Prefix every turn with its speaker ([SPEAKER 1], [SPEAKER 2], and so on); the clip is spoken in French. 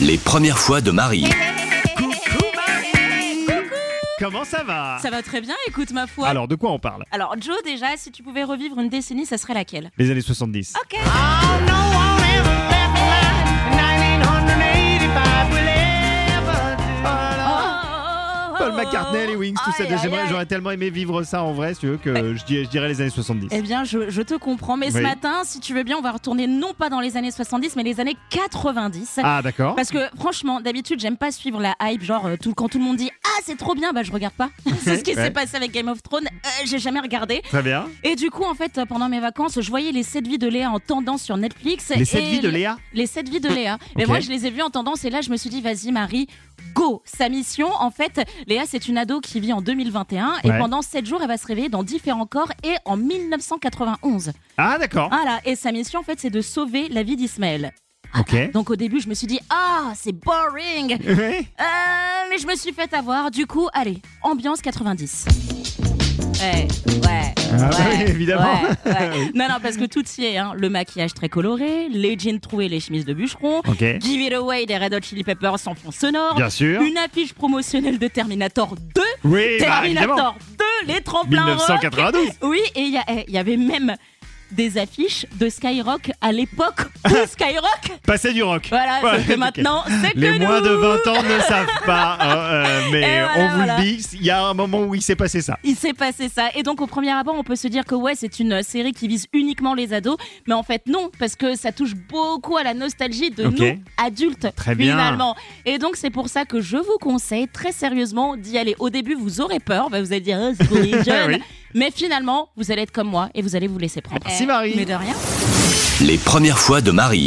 [SPEAKER 1] Les premières fois de Marie.
[SPEAKER 2] Comment ça va
[SPEAKER 3] Ah. Ça va très bien, écoute ma foi.
[SPEAKER 2] Alors, de quoi on parle
[SPEAKER 3] Alors, Joe, déjà, si tu pouvais revivre une décennie, ça serait laquelle
[SPEAKER 2] Les années 70.
[SPEAKER 3] Ok.
[SPEAKER 2] Oh, Paul McCartney, les Wings, tout ça. J'aimerais- J'aurais tellement aimé vivre ça en vrai, si tu veux, que je, dis- je dirais les années 70.
[SPEAKER 3] Eh bien, je, je te comprends, mais ce
[SPEAKER 2] Oui.
[SPEAKER 3] matin, si tu veux bien, on va retourner non pas dans les années 70, mais les années 90.
[SPEAKER 2] Ah, d'accord.
[SPEAKER 3] Parce que franchement, d'habitude, j'aime pas suivre la hype, genre euh, tout, quand tout le monde dit Ah, c'est trop bien, bah je regarde pas. c'est ce qui s'est
[SPEAKER 2] Ouais.
[SPEAKER 3] passé avec Game of Thrones, Euh, j'ai jamais regardé.
[SPEAKER 2] Très bien.
[SPEAKER 3] Et du coup, en fait, euh, pendant mes vacances, je voyais les 7 vies de Léa en tendance sur Netflix.
[SPEAKER 2] Les 7
[SPEAKER 3] Et
[SPEAKER 2] vies de
[SPEAKER 3] le-
[SPEAKER 2] Léa
[SPEAKER 3] Les 7 vies de Léa. Mais
[SPEAKER 2] Ok.
[SPEAKER 3] moi, je les ai vues en tendance et là, je me suis dit, vas-y, Marie, go Sa mission, en fait, Léa, c'est une ado qui vit en 2021 et
[SPEAKER 2] Ouais.
[SPEAKER 3] pendant 7 jours, elle va se réveiller dans différents corps et en 1991.
[SPEAKER 2] Ah, d'accord.
[SPEAKER 3] Voilà, et sa mission, en fait, c'est de sauver la vie d'Ismaël.
[SPEAKER 2] Ok.
[SPEAKER 3] Donc au début, je me suis dit, ah, c'est boring
[SPEAKER 2] Ouais.
[SPEAKER 3] Euh, mais je me suis fait avoir, du coup, allez, ambiance 90. Ouais, ouais.
[SPEAKER 2] Ah bah
[SPEAKER 3] ouais,
[SPEAKER 2] oui, évidemment.
[SPEAKER 3] ouais, ouais. non, non, parce que tout y est, hein. le maquillage très coloré, les jeans troués, les chemises de bûcheron,
[SPEAKER 2] Ok.
[SPEAKER 3] Give It Away des Red Hot Chili Peppers sans fond sonore,
[SPEAKER 2] Bien sûr.
[SPEAKER 3] une affiche promotionnelle de Terminator 2,
[SPEAKER 2] Oui, bah, évidemment.
[SPEAKER 3] Terminator 2, les tremplins rock.
[SPEAKER 2] 1992.
[SPEAKER 3] Oui, et il y, a- eh, il y avait même des affiches de Skyrock à l'époque où Skyrock.
[SPEAKER 2] Passer du rock.
[SPEAKER 3] Voilà,
[SPEAKER 2] Ouais,
[SPEAKER 3] sauf que
[SPEAKER 2] ok.
[SPEAKER 3] maintenant, c'est que
[SPEAKER 2] Les moins
[SPEAKER 3] nous.
[SPEAKER 2] de 20 ans ne savent pas, hein, euh, mais
[SPEAKER 3] Et voilà,
[SPEAKER 2] on vous
[SPEAKER 3] voilà.
[SPEAKER 2] le dit, il y a un moment où il s'est passé ça.
[SPEAKER 3] Il s'est passé ça. Et donc, au premier abord, on peut se dire que ouais, c'est une euh, série qui vise uniquement les ados. Mais en fait, non, parce que ça touche beaucoup à la nostalgie de
[SPEAKER 2] Ok.
[SPEAKER 3] nous, adultes,
[SPEAKER 2] Très bien.
[SPEAKER 3] finalement. Et donc, c'est pour ça que je vous conseille très sérieusement d'y aller. Au début, vous aurez peur. bah, vous allez dire, Ah, c'est pour les jeunes.
[SPEAKER 2] Oui.
[SPEAKER 3] Mais finalement, vous allez être comme moi et vous allez vous laisser prendre.
[SPEAKER 2] Merci, Marie.
[SPEAKER 3] Mais de rien.
[SPEAKER 1] Les premières fois de Marie.